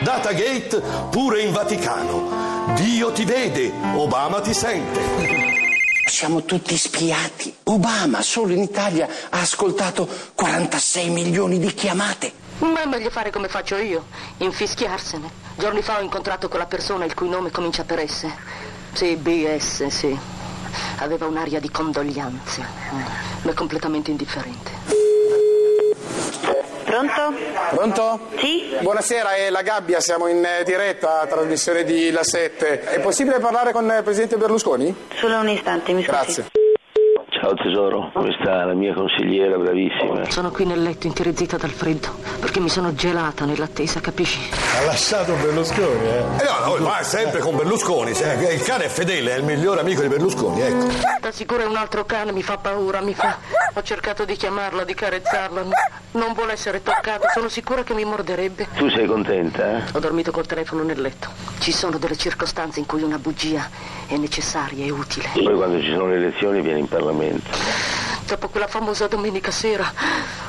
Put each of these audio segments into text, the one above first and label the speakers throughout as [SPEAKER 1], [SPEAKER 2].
[SPEAKER 1] Datagate pure in Vaticano. Dio ti vede, Obama ti sente.
[SPEAKER 2] Siamo tutti spiati. Obama solo in Italia ha ascoltato 46 milioni di chiamate.
[SPEAKER 3] Ma è meglio fare come faccio io, infischiarsene. Giorni fa ho incontrato quella persona il cui nome comincia per S. Sì, BS, sì. Aveva un'aria di condoglianze, eh, ma è completamente indifferente.
[SPEAKER 4] Pronto?
[SPEAKER 5] Pronto?
[SPEAKER 4] Sì?
[SPEAKER 5] Buonasera, è La Gabbia, siamo in eh, diretta, trasmissione di La 7. È possibile parlare con eh, il Presidente Berlusconi?
[SPEAKER 4] Solo un istante, mi scusi.
[SPEAKER 5] Grazie.
[SPEAKER 6] Ciao tesoro, questa è la mia consigliera bravissima.
[SPEAKER 3] Sono qui nel letto interizzita dal freddo, perché mi sono gelata nell'attesa, capisci?
[SPEAKER 7] Ha lasciato Berlusconi, eh?
[SPEAKER 1] Eh no, no, ma è sempre con Berlusconi. se- eh, Il cane è fedele, è il migliore amico di Berlusconi, ecco.
[SPEAKER 3] Da sicuro è un altro cane, mi fa paura, mi fa. Ho cercato di chiamarla, di carezzarla. Non vuole essere toccata, sono sicura che mi morderebbe.
[SPEAKER 6] Tu sei contenta? eh?
[SPEAKER 3] Ho dormito col telefono nel letto. Ci sono delle circostanze in cui una bugia è necessaria e utile.
[SPEAKER 6] Poi quando ci sono le elezioni vieni in Parlamento.
[SPEAKER 3] Dopo quella famosa domenica sera,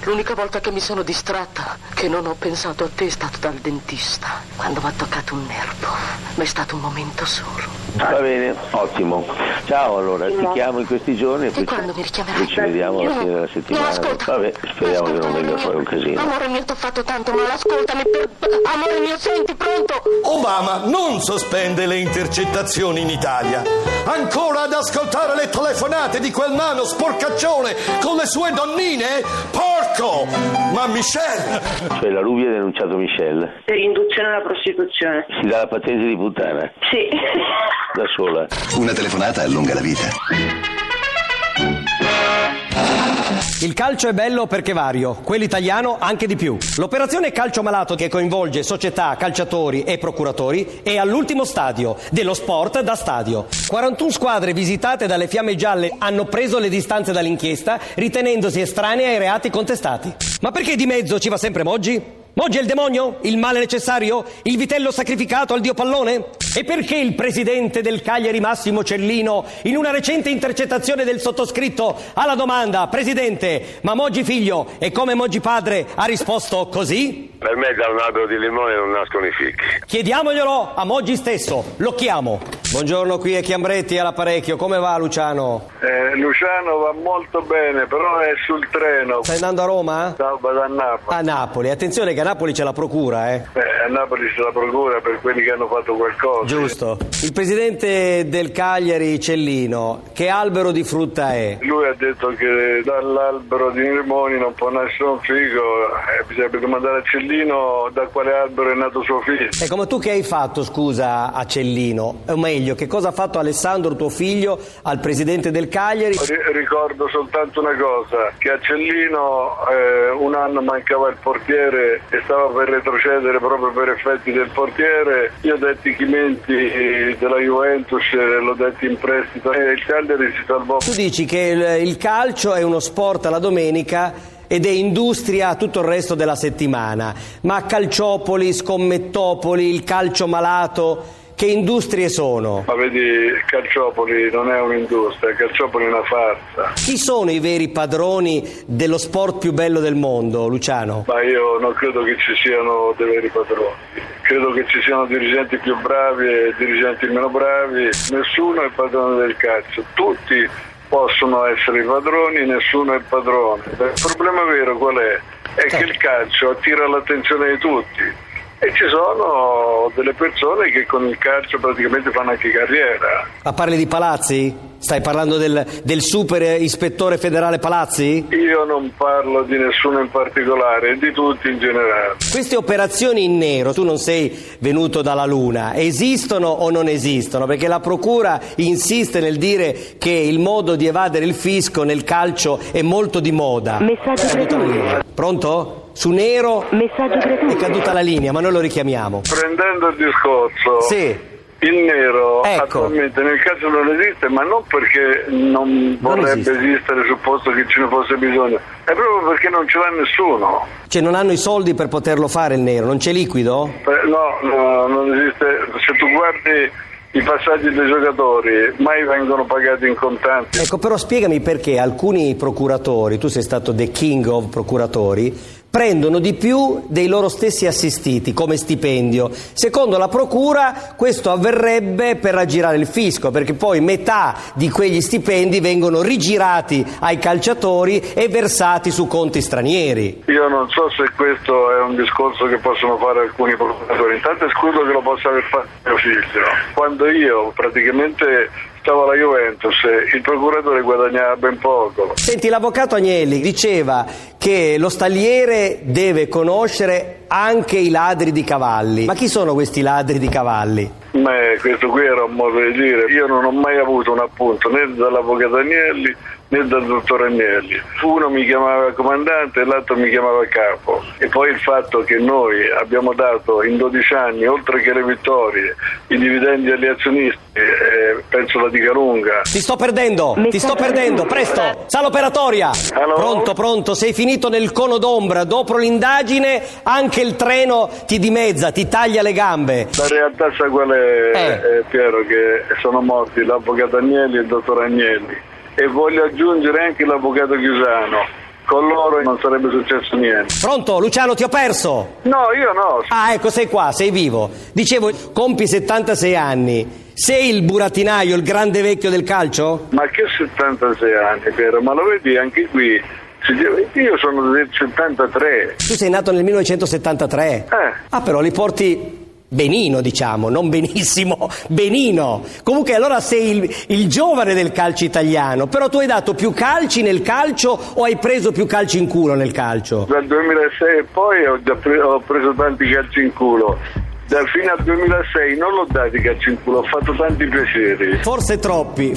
[SPEAKER 3] l'unica volta che mi sono distratta, che non ho pensato a te, è stato dal dentista. Quando mi ha toccato un nervo, ma è stato un momento solo.
[SPEAKER 6] Va bene, ottimo. Ciao allora, ti chiamo in questi giorni e poi
[SPEAKER 3] E quando mi
[SPEAKER 6] ci,
[SPEAKER 3] richiamerai?
[SPEAKER 6] poi ci vediamo alla fine della
[SPEAKER 3] No,
[SPEAKER 6] settimana.
[SPEAKER 3] ascolta.
[SPEAKER 6] Vabbè, speriamo che
[SPEAKER 3] Ascolta,
[SPEAKER 6] non venga
[SPEAKER 3] amore
[SPEAKER 6] fuori un
[SPEAKER 3] mio.
[SPEAKER 6] casino.
[SPEAKER 3] Amore mio, ti ho fatto tanto male, ascoltami. Per... Amore mio, senti, pronto?
[SPEAKER 1] Obama non sospende le intercettazioni in Italia. Ancora ad ascoltare le telefonate di quel nano sporcaccione con le sue donnine? Porco! Ma Michelle!
[SPEAKER 6] Cioè la Rubi ha denunciato Michelle.
[SPEAKER 4] Per induzione alla prostituzione.
[SPEAKER 6] Si dà la patente di puttana,
[SPEAKER 4] Sì.
[SPEAKER 6] da sola.
[SPEAKER 2] Una telefonata allunga la vita.
[SPEAKER 8] Il calcio è bello perché vario, quello italiano anche di più. L'operazione calcio malato che coinvolge società, calciatori e procuratori è all'ultimo stadio dello sport da stadio. 41 squadre visitate dalle fiamme gialle hanno preso le distanze dall'inchiesta ritenendosi estranee ai reati contestati. Ma perché di mezzo ci va sempre Moggi? Moggi è il demonio? Il male necessario? Il vitello sacrificato al dio pallone? E perché il presidente del Cagliari Massimo Cellino, in una recente intercettazione del sottoscritto alla domanda Presidente, ma Moggi figlio e come Moggi padre ha risposto così?
[SPEAKER 7] Per me da un albero di limone non nascono i fichi.
[SPEAKER 8] Chiediamoglielo a Moggi stesso, lo chiamo. Buongiorno, qui è Chiambretti all'apparecchio, come va Luciano?
[SPEAKER 7] Eh, Luciano va molto bene, però è sul treno.
[SPEAKER 8] Stai andando a Roma?
[SPEAKER 7] Salva da Napoli.
[SPEAKER 8] A Napoli, attenzione che a Napoli c'è la procura, eh.
[SPEAKER 7] Eh, a Napoli c'è la procura per quelli che hanno fatto qualcosa.
[SPEAKER 8] Giusto. Il presidente del Cagliari Cellino, che albero di frutta è?
[SPEAKER 7] Lui ha detto che dall'albero di Nirmoni non può nascere un figo, eh, bisogna domandare a Cellino da quale albero è nato suo figlio.
[SPEAKER 8] Ecco, ma tu che hai fatto, scusa, a Cellino? O meglio, che cosa ha fatto Alessandro, tuo figlio, al presidente del Cagliari?
[SPEAKER 7] Ri- Ricordo soltanto una cosa, che a Cellino eh, un anno mancava il portiere e stava per retrocedere proprio per effetti del portiere, io detti Chimenti eh, della Juventus, eh, l'ho detto in prestito e il Cagliari si salvò.
[SPEAKER 8] Tu dici che il, il calcio è uno sport alla domenica ed è industria tutto il resto della settimana, ma calciopoli, scommettopoli, il calcio malato, che industrie sono?
[SPEAKER 7] Ma vedi, Calciopoli non è un'industria, Calciopoli è una farsa.
[SPEAKER 8] Chi sono i veri padroni dello sport più bello del mondo, Luciano?
[SPEAKER 7] Ma io non credo che ci siano dei veri padroni. Credo che ci siano dirigenti più bravi e dirigenti meno bravi. Nessuno è padrone del calcio, tutti possono essere i padroni, nessuno è il padrone. Il problema vero qual è? È che il calcio attira l'attenzione di tutti. E ci sono delle persone che con il calcio praticamente fanno anche carriera.
[SPEAKER 8] Ma parli di Palazzi? Stai parlando del, del super ispettore federale Palazzi?
[SPEAKER 7] Io non parlo di nessuno in particolare, di tutti in generale.
[SPEAKER 8] Queste operazioni in nero, tu non sei venuto dalla Luna, esistono o non esistono? Perché la Procura insiste nel dire che il modo di evadere il fisco nel calcio è molto di moda.
[SPEAKER 4] Messaggio gratuito.
[SPEAKER 8] Pronto? Su nero
[SPEAKER 4] Messaggio
[SPEAKER 8] è
[SPEAKER 4] gratuito.
[SPEAKER 8] caduta la linea, ma noi lo richiamiamo.
[SPEAKER 7] Prendendo il discorso,
[SPEAKER 8] Sì.
[SPEAKER 7] il nero
[SPEAKER 8] Ecco.
[SPEAKER 7] attualmente nel calcio non esiste, ma non perché non vorrebbe
[SPEAKER 8] esiste.
[SPEAKER 7] esistere, supposto che ce ne fosse bisogno, è proprio perché non ce l'ha nessuno.
[SPEAKER 8] Cioè non hanno i soldi per poterlo fare il nero, non c'è liquido?
[SPEAKER 7] Eh, No, no, non esiste. Se tu guardi i passaggi dei giocatori, mai vengono pagati in contanti.
[SPEAKER 8] Ecco, però spiegami perché alcuni procuratori, tu sei stato the king of procuratori, prendono di più dei loro stessi assistiti come stipendio. Secondo la procura questo avverrebbe per aggirare il fisco, perché poi metà di quegli stipendi vengono rigirati ai calciatori e versati su conti stranieri.
[SPEAKER 7] Io non so se questo è un discorso che possono fare alcuni procuratori, intanto escludo che lo possa aver fatto mio figlio. Quando io praticamente stavo alla Juventus, il procuratore guadagnava ben poco.
[SPEAKER 8] Senti, l'avvocato Agnelli diceva che lo stagliere deve conoscere anche i ladri di cavalli. Ma chi sono questi ladri di cavalli?
[SPEAKER 7] Ma eh, questo qui era un modo di dire, io non ho mai avuto un appunto né dall'avvocato Agnelli né dal dottor Agnelli. Uno mi chiamava comandante e l'altro mi chiamava capo. E poi il fatto che noi abbiamo dato in 12 anni, oltre che le vittorie, i dividendi agli azionisti, eh, penso la dica lunga.
[SPEAKER 8] Ti sto perdendo, ti sto perdendo, presto, sala operatoria.
[SPEAKER 7] Allora?
[SPEAKER 8] Pronto, pronto, sei finito nel cono d'ombra, dopo l'indagine anche il treno ti dimezza, ti taglia le gambe.
[SPEAKER 7] La realtà sa qual è,
[SPEAKER 8] Eh.
[SPEAKER 7] eh, Piero, che sono morti l'avvocato Agnelli e il dottor Agnelli. E voglio aggiungere anche l'avvocato Chiusano. Con loro non sarebbe successo niente.
[SPEAKER 8] Pronto, Luciano, ti ho perso.
[SPEAKER 7] No, io no.
[SPEAKER 8] Ah, ecco, sei qua, sei vivo. Dicevo, compi 76 anni. Sei il burattinaio, il grande vecchio del calcio?
[SPEAKER 7] Ma che 76 anni, Piero? Ma lo vedi anche qui? Si deve- Io sono del 73.
[SPEAKER 8] Tu sei nato nel 1973.
[SPEAKER 7] Eh.
[SPEAKER 8] Ah, però li porti benino, diciamo, non benissimo, benino. Comunque allora sei il, il giovane del calcio italiano, però tu hai dato più calci nel calcio o hai preso più calci in culo nel calcio?
[SPEAKER 7] Dal 2006 e poi ho, già pre- ho preso tanti calci in culo. Da fino al 2006 non l'ho dato i calci in culo, ho fatto tanti piaceri.
[SPEAKER 8] Forse troppi.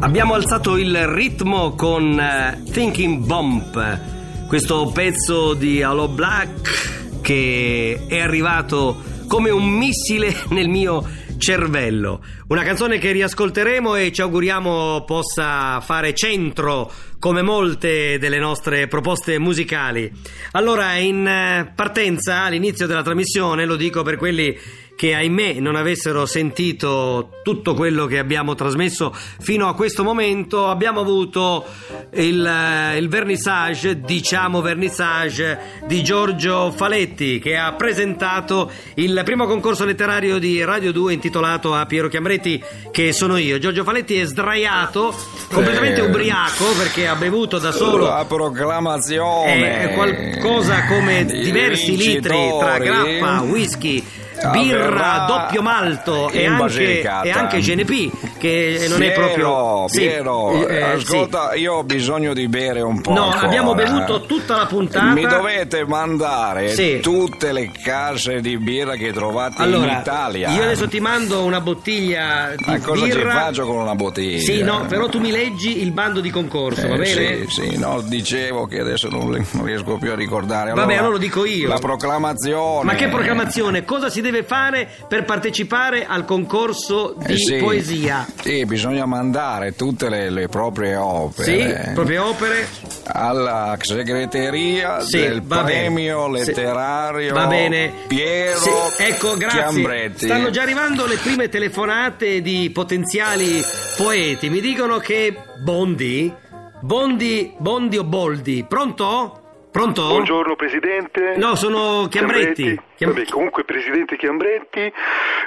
[SPEAKER 8] Abbiamo alzato il ritmo con eh, Thinking Bump, questo pezzo di Alo Black che è arrivato come un missile nel mio cervello. Una canzone che riascolteremo e ci auguriamo possa fare centro come molte delle nostre proposte musicali. Allora, in eh, partenza, all'inizio della trasmissione, lo dico per quelli che ahimè non avessero sentito tutto quello che abbiamo trasmesso fino a questo momento abbiamo avuto il, eh, il vernissage diciamo vernissage di Giorgio Faletti che ha presentato il primo concorso letterario di Radio 2 intitolato a Piero Chiamretti che sono io Giorgio Faletti è sdraiato completamente
[SPEAKER 9] Eh.
[SPEAKER 8] ubriaco perché ha bevuto da solo
[SPEAKER 9] La proclamazione
[SPEAKER 8] è qualcosa come
[SPEAKER 9] I
[SPEAKER 8] diversi litri tra
[SPEAKER 9] vincitori.
[SPEAKER 8] grappa, whisky, birra,
[SPEAKER 9] Avverrà
[SPEAKER 8] doppio malto e
[SPEAKER 9] in
[SPEAKER 8] anche,
[SPEAKER 9] Basilicata.
[SPEAKER 8] e anche GNP che non è proprio...
[SPEAKER 9] Piero,
[SPEAKER 8] Sì,
[SPEAKER 9] Piero,
[SPEAKER 8] eh,
[SPEAKER 9] ascolta, io ho bisogno di bere un po'.
[SPEAKER 8] No,
[SPEAKER 9] ancora.
[SPEAKER 8] abbiamo bevuto tutta la puntata.
[SPEAKER 9] Mi dovete mandare
[SPEAKER 8] Sì.
[SPEAKER 9] tutte le case di birra che trovate in
[SPEAKER 8] Allora,
[SPEAKER 9] Italia.
[SPEAKER 8] io adesso ti mando una bottiglia di
[SPEAKER 9] Ma Eh, cosa
[SPEAKER 8] birra.
[SPEAKER 9] ci faccio con una bottiglia?
[SPEAKER 8] Sì, no, però tu mi leggi il bando di concorso, va
[SPEAKER 9] Eh,
[SPEAKER 8] bene?
[SPEAKER 9] Sì, sì, no, dicevo che adesso non, le- non riesco più a ricordare.
[SPEAKER 8] Vabbè, allora lo dico io.
[SPEAKER 9] La proclamazione.
[SPEAKER 8] Ma che proclamazione? Cosa si deve fare per partecipare al concorso di
[SPEAKER 9] Eh, sì.
[SPEAKER 8] poesia?
[SPEAKER 9] Sì, bisogna mandare tutte le, le proprie opere
[SPEAKER 8] Sì, proprie opere.
[SPEAKER 9] alla segreteria
[SPEAKER 8] Sì,
[SPEAKER 9] del
[SPEAKER 8] va bene.
[SPEAKER 9] premio
[SPEAKER 8] Sì.
[SPEAKER 9] letterario
[SPEAKER 8] Va bene.
[SPEAKER 9] Piero
[SPEAKER 8] Sì, Ecco, grazie.
[SPEAKER 9] Chiambretti.
[SPEAKER 8] Stanno già arrivando le prime telefonate di potenziali poeti. Mi dicono che Bondi, Bondi, Bondi o Boldi, pronto? Pronto?
[SPEAKER 7] Buongiorno Presidente.
[SPEAKER 8] No, sono Chiambretti. Chiam-
[SPEAKER 7] Vabbè, comunque Presidente Chiambretti,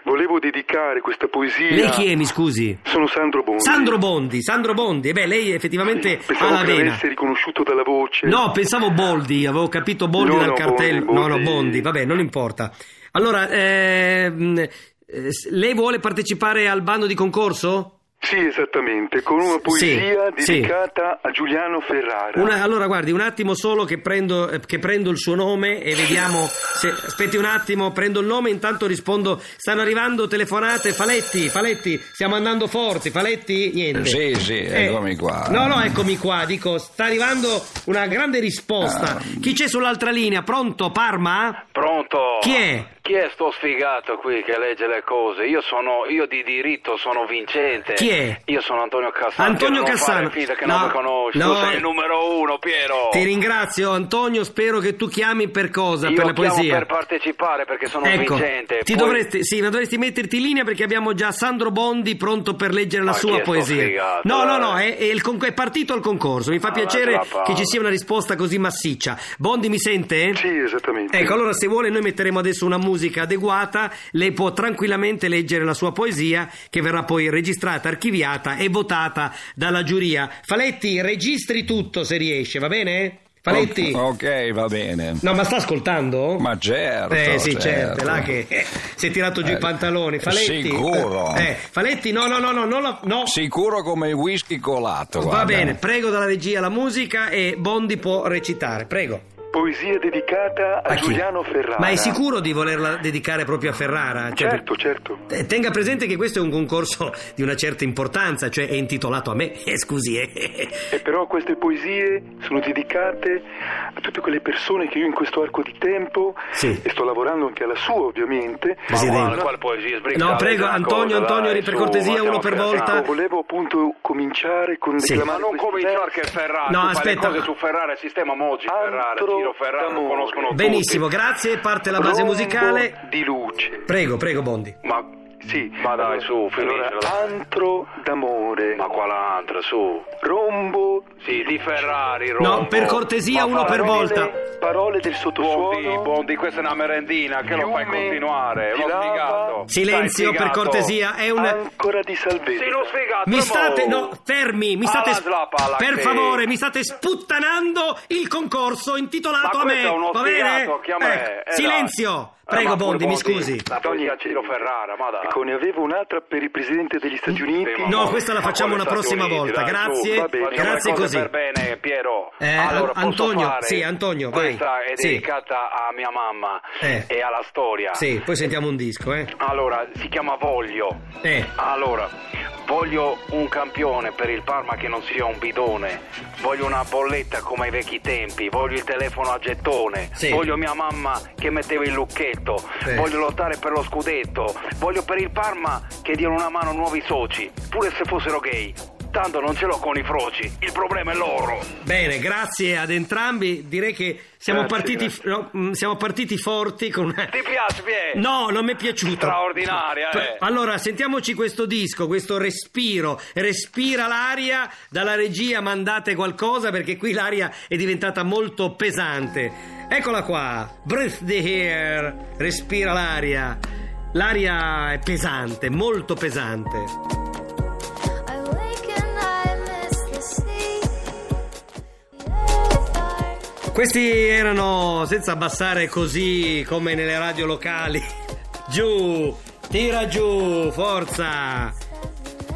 [SPEAKER 7] volevo dedicare questa poesia...
[SPEAKER 8] Lei chi è, mi scusi?
[SPEAKER 7] Sono Sandro Bondi.
[SPEAKER 8] Sandro Bondi, Sandro Bondi. E beh, lei effettivamente
[SPEAKER 7] Pensavo
[SPEAKER 8] ha la
[SPEAKER 7] che
[SPEAKER 8] vena.
[SPEAKER 7] l'avesse riconosciuto dalla voce.
[SPEAKER 8] No, pensavo Boldi, avevo capito Boldi
[SPEAKER 7] No,
[SPEAKER 8] dal
[SPEAKER 7] no,
[SPEAKER 8] cartello.
[SPEAKER 7] Bondi,
[SPEAKER 8] No, no,
[SPEAKER 7] Bondi.
[SPEAKER 8] Bondi, vabbè, non importa. Allora, ehm, eh, s- lei vuole partecipare al bando di concorso?
[SPEAKER 7] Sì, esattamente, con una poesia
[SPEAKER 8] sì.
[SPEAKER 7] dedicata a Giuliano Ferrara.
[SPEAKER 8] Una- allora, guardi, un attimo solo che prendo, eh, che prendo il suo nome e vediamo se... Aspetti un attimo, prendo il nome, intanto rispondo. Stanno arrivando telefonate, Faletti, Faletti, stiamo andando forti, Faletti, niente.
[SPEAKER 9] Sì,
[SPEAKER 8] Eh,
[SPEAKER 9] sì, eccomi qua.
[SPEAKER 8] No, no, eccomi qua, dico, sta arrivando una grande risposta.
[SPEAKER 9] Ah.
[SPEAKER 8] Chi c'è sull'altra linea? Pronto, Parma?
[SPEAKER 10] Pronto?
[SPEAKER 8] Chi è?
[SPEAKER 10] Chi è sto sfigato qui che legge le cose? Io sono, io di diritto sono vincente.
[SPEAKER 8] Chi è?
[SPEAKER 10] Io sono Antonio Cassano.
[SPEAKER 8] Antonio
[SPEAKER 10] Piero, non
[SPEAKER 8] Cassano.
[SPEAKER 10] fare finta che
[SPEAKER 8] No,
[SPEAKER 10] non mi conosci.
[SPEAKER 8] no.
[SPEAKER 10] Tu sei il numero uno, Piero.
[SPEAKER 8] Ti ringrazio Antonio, spero che tu chiami per cosa?
[SPEAKER 10] Io
[SPEAKER 8] per la
[SPEAKER 10] chiamo
[SPEAKER 8] poesia.
[SPEAKER 10] per partecipare perché sono
[SPEAKER 8] Ecco,
[SPEAKER 10] vincente.
[SPEAKER 8] ti
[SPEAKER 10] Poi-
[SPEAKER 8] dovresti, sì, ma dovresti metterti in linea perché abbiamo già Sandro Bondi pronto per leggere la
[SPEAKER 10] Ma chi
[SPEAKER 8] sua
[SPEAKER 10] è sto
[SPEAKER 8] poesia.
[SPEAKER 10] sfigato,
[SPEAKER 8] no, no,
[SPEAKER 10] eh? Ah,
[SPEAKER 8] no, è, è il con- è partito il concorso. Mi fa
[SPEAKER 10] Ma
[SPEAKER 8] piacere
[SPEAKER 10] la trappa.
[SPEAKER 8] che ci sia una risposta così massiccia. Bondi mi sente?
[SPEAKER 7] Sì, esattamente.
[SPEAKER 8] Ecco, allora se vuole noi metteremo adesso una musica adeguata, lei può tranquillamente leggere la sua poesia che verrà poi registrata, archiviata e votata dalla giuria. Faletti, registri tutto se riesce, va bene? Faletti.
[SPEAKER 9] O- ok, va bene.
[SPEAKER 8] No, ma sta ascoltando?
[SPEAKER 9] Ma certo.
[SPEAKER 8] eh sì, certo, là che eh, si è tirato giù i
[SPEAKER 9] Eh,
[SPEAKER 8] pantaloni. Faletti.
[SPEAKER 9] sicuro.
[SPEAKER 8] Eh, Faletti, no, no, no, no, no, no.
[SPEAKER 9] Sicuro come il whisky colato.
[SPEAKER 8] Va
[SPEAKER 9] guarda.
[SPEAKER 8] bene, prego dalla regia la musica e Bondi può recitare, prego.
[SPEAKER 7] Poesia dedicata a,
[SPEAKER 8] A chi?
[SPEAKER 7] Giuliano Ferrara.
[SPEAKER 8] Ma è sicuro di volerla dedicare proprio a Ferrara? Cioè,
[SPEAKER 7] Eh. Certo, certo.
[SPEAKER 8] eh, Tenga presente che questo è un concorso di una certa importanza, cioè è intitolato a me, eh, scusi, eh.
[SPEAKER 7] E però queste poesie sono dedicate a tutte quelle persone che io in questo arco di tempo,
[SPEAKER 8] Sì.
[SPEAKER 7] e sto lavorando anche alla sua ovviamente,
[SPEAKER 10] Ma
[SPEAKER 8] Presidente.
[SPEAKER 10] guarda, quale poesia sbrigata,
[SPEAKER 8] No, prego,
[SPEAKER 10] leggi una
[SPEAKER 8] Antonio,
[SPEAKER 10] cosa,
[SPEAKER 8] Antonio,
[SPEAKER 10] dai,
[SPEAKER 8] per
[SPEAKER 10] su,
[SPEAKER 8] cortesia,
[SPEAKER 10] ma stiamo
[SPEAKER 8] uno per
[SPEAKER 10] scherzando.
[SPEAKER 8] volta.
[SPEAKER 7] Ecco, volevo appunto cominciare con
[SPEAKER 8] Sì.
[SPEAKER 10] Ma
[SPEAKER 7] declamare
[SPEAKER 10] non cominciare che Ferrara,
[SPEAKER 8] No,
[SPEAKER 10] tu fai
[SPEAKER 8] aspetta.
[SPEAKER 10] le cose su Ferrara, il sistema Mogi, Ferrara,
[SPEAKER 7] Altro
[SPEAKER 10] Ciro Ferrara, lo
[SPEAKER 7] d'amore.
[SPEAKER 10] conoscono tutti.
[SPEAKER 8] Benissimo, grazie, parte la base
[SPEAKER 7] Rombo
[SPEAKER 8] musicale.
[SPEAKER 7] di luce.
[SPEAKER 8] Prego, prego Bondi.
[SPEAKER 10] Ma
[SPEAKER 7] Sì.
[SPEAKER 10] Ma dai, su,
[SPEAKER 7] Allora,
[SPEAKER 10] finiscila.
[SPEAKER 7] antro d'amore,
[SPEAKER 10] ma quale altra, su.
[SPEAKER 7] rombo
[SPEAKER 10] Sì, di Ferrari, Rombo.
[SPEAKER 8] No, per cortesia,
[SPEAKER 10] Ma
[SPEAKER 8] uno per
[SPEAKER 10] parole-
[SPEAKER 8] volta.
[SPEAKER 7] parole del
[SPEAKER 10] Bondi,
[SPEAKER 7] sottosuolo.
[SPEAKER 10] Bondi, questa è una merendina, che lo fai
[SPEAKER 7] Fiume
[SPEAKER 10] continuare?
[SPEAKER 7] di
[SPEAKER 10] Lo
[SPEAKER 7] lava.
[SPEAKER 10] sfigato.
[SPEAKER 8] Silenzio,
[SPEAKER 10] Dai,
[SPEAKER 8] per
[SPEAKER 10] sfigato.
[SPEAKER 8] cortesia, è un...
[SPEAKER 7] Ancora di salvezza.
[SPEAKER 10] Sì, lo sfigato,
[SPEAKER 8] Mi
[SPEAKER 10] mo.
[SPEAKER 8] state, no, fermi, mi state,
[SPEAKER 10] Alla slappa, alla
[SPEAKER 8] per
[SPEAKER 10] che-
[SPEAKER 8] favore, mi state sputtanando il concorso intitolato
[SPEAKER 10] Ma
[SPEAKER 8] a me,
[SPEAKER 10] questo è uno
[SPEAKER 8] va bene?
[SPEAKER 10] sfigato, chi a me?
[SPEAKER 8] Ecco,
[SPEAKER 10] Eh,
[SPEAKER 8] silenzio,
[SPEAKER 10] dai. Eh,
[SPEAKER 8] prego
[SPEAKER 10] ma
[SPEAKER 8] Bondi, mi
[SPEAKER 10] pure Bondi.
[SPEAKER 8] scusi.
[SPEAKER 10] La poesia Ciro Ferrara, ma dai. Mm.
[SPEAKER 7] Ecco, ne avevo un'altra per il presidente degli Stati Uniti.
[SPEAKER 10] Sì, ma
[SPEAKER 8] No,
[SPEAKER 10] poi-
[SPEAKER 8] questa la
[SPEAKER 10] ma
[SPEAKER 8] facciamo
[SPEAKER 10] poi
[SPEAKER 8] una
[SPEAKER 10] gli
[SPEAKER 8] prossima
[SPEAKER 10] Stati Uniti,
[SPEAKER 8] volta,
[SPEAKER 10] dai, su,
[SPEAKER 8] grazie,
[SPEAKER 10] va bene, facciamo
[SPEAKER 8] grazie
[SPEAKER 10] le cose
[SPEAKER 8] così.
[SPEAKER 10] Per bene, Piero.
[SPEAKER 8] Eh,
[SPEAKER 10] allora, posso
[SPEAKER 8] Antonio,
[SPEAKER 10] fare?
[SPEAKER 8] sì, Antonio, vai.
[SPEAKER 10] Questa è
[SPEAKER 8] Sì.
[SPEAKER 10] dedicata a mia mamma
[SPEAKER 8] Eh.
[SPEAKER 10] e alla storia.
[SPEAKER 8] Sì, poi sentiamo un disco, eh.
[SPEAKER 10] Allora, si chiama Voglio.
[SPEAKER 8] Eh.
[SPEAKER 10] Allora, voglio un campione per il Parma che non sia un bidone. Voglio una bolletta come ai vecchi tempi. Voglio il telefono a gettone.
[SPEAKER 8] Sì.
[SPEAKER 10] Voglio mia mamma che metteva il lucchetto.
[SPEAKER 8] Sì.
[SPEAKER 10] Voglio lottare per lo scudetto. Voglio per il Parma che diano una mano nuovi soci, pure se fossero gay. Tanto non ce l'ho con i froci. Il problema è loro.
[SPEAKER 8] Bene, grazie ad entrambi. Direi che siamo,
[SPEAKER 10] Grazie,
[SPEAKER 8] partiti, no, mm, siamo partiti forti con una...
[SPEAKER 10] Eh, Ti piace, Pie?
[SPEAKER 8] No, non mi è piaciuto.
[SPEAKER 10] Straordinaria, eh.
[SPEAKER 8] Allora, sentiamoci questo disco, questo respiro. Respira l'aria, dalla regia mandate qualcosa perché qui l'aria è diventata molto pesante. Eccola qua, Breath the Air, respira l'aria. L'aria è pesante, molto pesante. Questi erano, senza abbassare così come nelle radio locali, giù, tira giù, forza!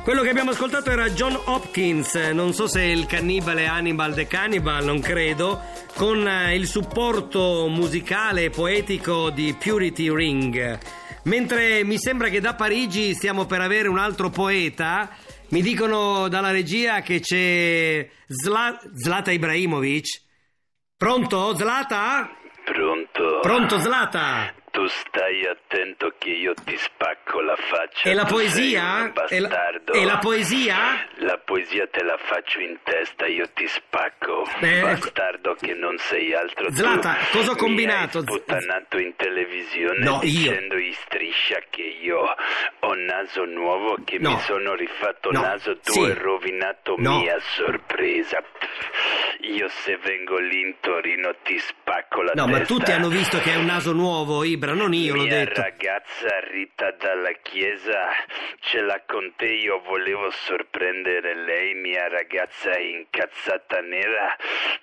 [SPEAKER 8] Quello che abbiamo ascoltato era John Hopkins, non so se il cannibale Hannibal the Cannibal, non credo, con eh, il supporto musicale e poetico di Purity Ring. Mentre mi sembra che da Parigi stiamo per avere un altro poeta, mi dicono dalla regia che c'è Zla- Zlata Ibrahimovic. Pronto, Zlata?
[SPEAKER 6] Pronto?
[SPEAKER 8] Pronto, Zlata?
[SPEAKER 6] Tu stai attento che io ti spacco la faccia.
[SPEAKER 8] E la
[SPEAKER 6] Tu sei un
[SPEAKER 8] poesia? E la,
[SPEAKER 6] bastardo.
[SPEAKER 8] e la poesia?
[SPEAKER 6] La poesia te la faccio in testa, io ti spacco.
[SPEAKER 8] Eh, ecco.
[SPEAKER 6] Bastardo che non sei altro
[SPEAKER 8] Zlata,
[SPEAKER 6] tu.
[SPEAKER 8] cosa ho
[SPEAKER 6] Mi
[SPEAKER 8] combinato?
[SPEAKER 6] hai sputtanato in televisione
[SPEAKER 8] No, io.
[SPEAKER 6] dicendo in striscia che io ho naso nuovo, che
[SPEAKER 8] No.
[SPEAKER 6] mi sono rifatto
[SPEAKER 8] No.
[SPEAKER 6] naso, tu
[SPEAKER 8] Sì.
[SPEAKER 6] hai rovinato
[SPEAKER 8] No.
[SPEAKER 6] mia sorpresa.
[SPEAKER 7] io se vengo lì in Torino ti spacco la
[SPEAKER 8] No,
[SPEAKER 7] testa.
[SPEAKER 8] ma tutti hanno visto che è un naso nuovo, Ibra, non io l'ho
[SPEAKER 7] Mia
[SPEAKER 8] detto.
[SPEAKER 7] ragazza Rita dalla chiesa ce l'ha con te, io volevo sorprendere lei, mia ragazza incazzata nera.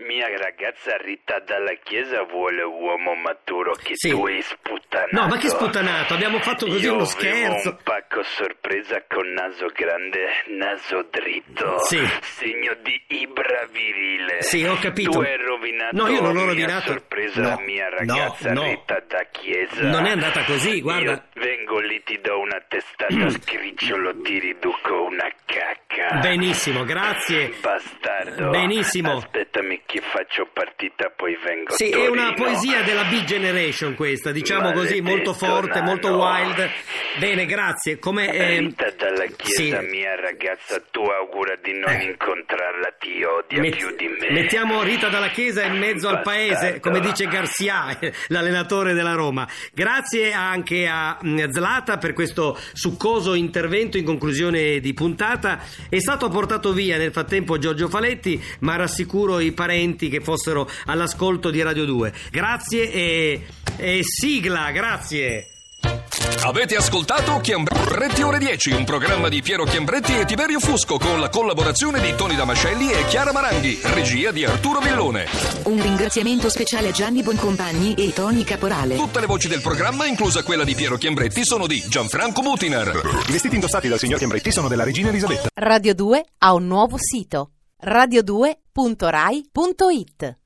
[SPEAKER 7] Mia ragazza Rita dalla chiesa vuole uomo maturo che
[SPEAKER 8] Sì.
[SPEAKER 7] tu hai sputtanato.
[SPEAKER 8] No, ma che sputtanato? Abbiamo fatto così
[SPEAKER 7] Io
[SPEAKER 8] uno
[SPEAKER 7] avevo
[SPEAKER 8] scherzo.
[SPEAKER 7] un pacco sorpresa con naso grande, naso dritto.
[SPEAKER 8] Sì.
[SPEAKER 7] Segno di Ibra virile.
[SPEAKER 8] Sì, ho capito.
[SPEAKER 7] Tu hai rovinato
[SPEAKER 8] No, io non ho
[SPEAKER 7] mia
[SPEAKER 8] rovinato.
[SPEAKER 7] sorpresa
[SPEAKER 8] No,
[SPEAKER 7] mia
[SPEAKER 8] no,
[SPEAKER 7] ragazza
[SPEAKER 8] no.
[SPEAKER 7] Rita da chiesa.
[SPEAKER 8] Non è andata così, guarda.
[SPEAKER 7] Io vengo lì, ti do una
[SPEAKER 8] Mm.
[SPEAKER 7] testata, scricciolo, ti riduco una cacca.
[SPEAKER 8] Benissimo, grazie.
[SPEAKER 7] Ah, Bastardo.
[SPEAKER 8] Benissimo.
[SPEAKER 7] Aspettami che faccio partita, poi vengo
[SPEAKER 8] Sì, è
[SPEAKER 7] Torino.
[SPEAKER 8] una poesia della B Generation questa, diciamo così,
[SPEAKER 7] Maledetto
[SPEAKER 8] molto forte,
[SPEAKER 7] nano.
[SPEAKER 8] molto wild. Bene, grazie. Come ehm,
[SPEAKER 7] Rita dalla chiesa
[SPEAKER 8] sì. Eh.
[SPEAKER 7] mia ragazza, tu augura di non incontrarla, ti odia
[SPEAKER 8] met-
[SPEAKER 7] più di me.
[SPEAKER 8] mettiamo Rita dalla Chiesa in mezzo al paese,
[SPEAKER 7] Bastardo.
[SPEAKER 8] come dice Garcia, l'allenatore della Roma. Grazie anche a mm, Zlata per questo succoso intervento in conclusione di puntata. È stato portato via nel frattempo Giorgio Faletti, ma rassicuro i parenti che fossero all'ascolto di Radio 2. Grazie e, e sigla, grazie.
[SPEAKER 9] Avete ascoltato Chiambretti ore 10, un programma di Piero Chiambretti e Tiberio Fusco con la collaborazione di Toni Damascelli e Chiara Maranghi, regia di Arturo Villone.
[SPEAKER 11] Un ringraziamento speciale a Gianni Boncompagni e Tony Caporale.
[SPEAKER 9] Tutte le voci del programma, inclusa quella di Piero Chiambretti, sono di Gianfranco Mutiner. I vestiti indossati dal signor Chiambretti sono della regina Elisabetta.
[SPEAKER 12] Radio 2 ha un nuovo sito radio2.rai.it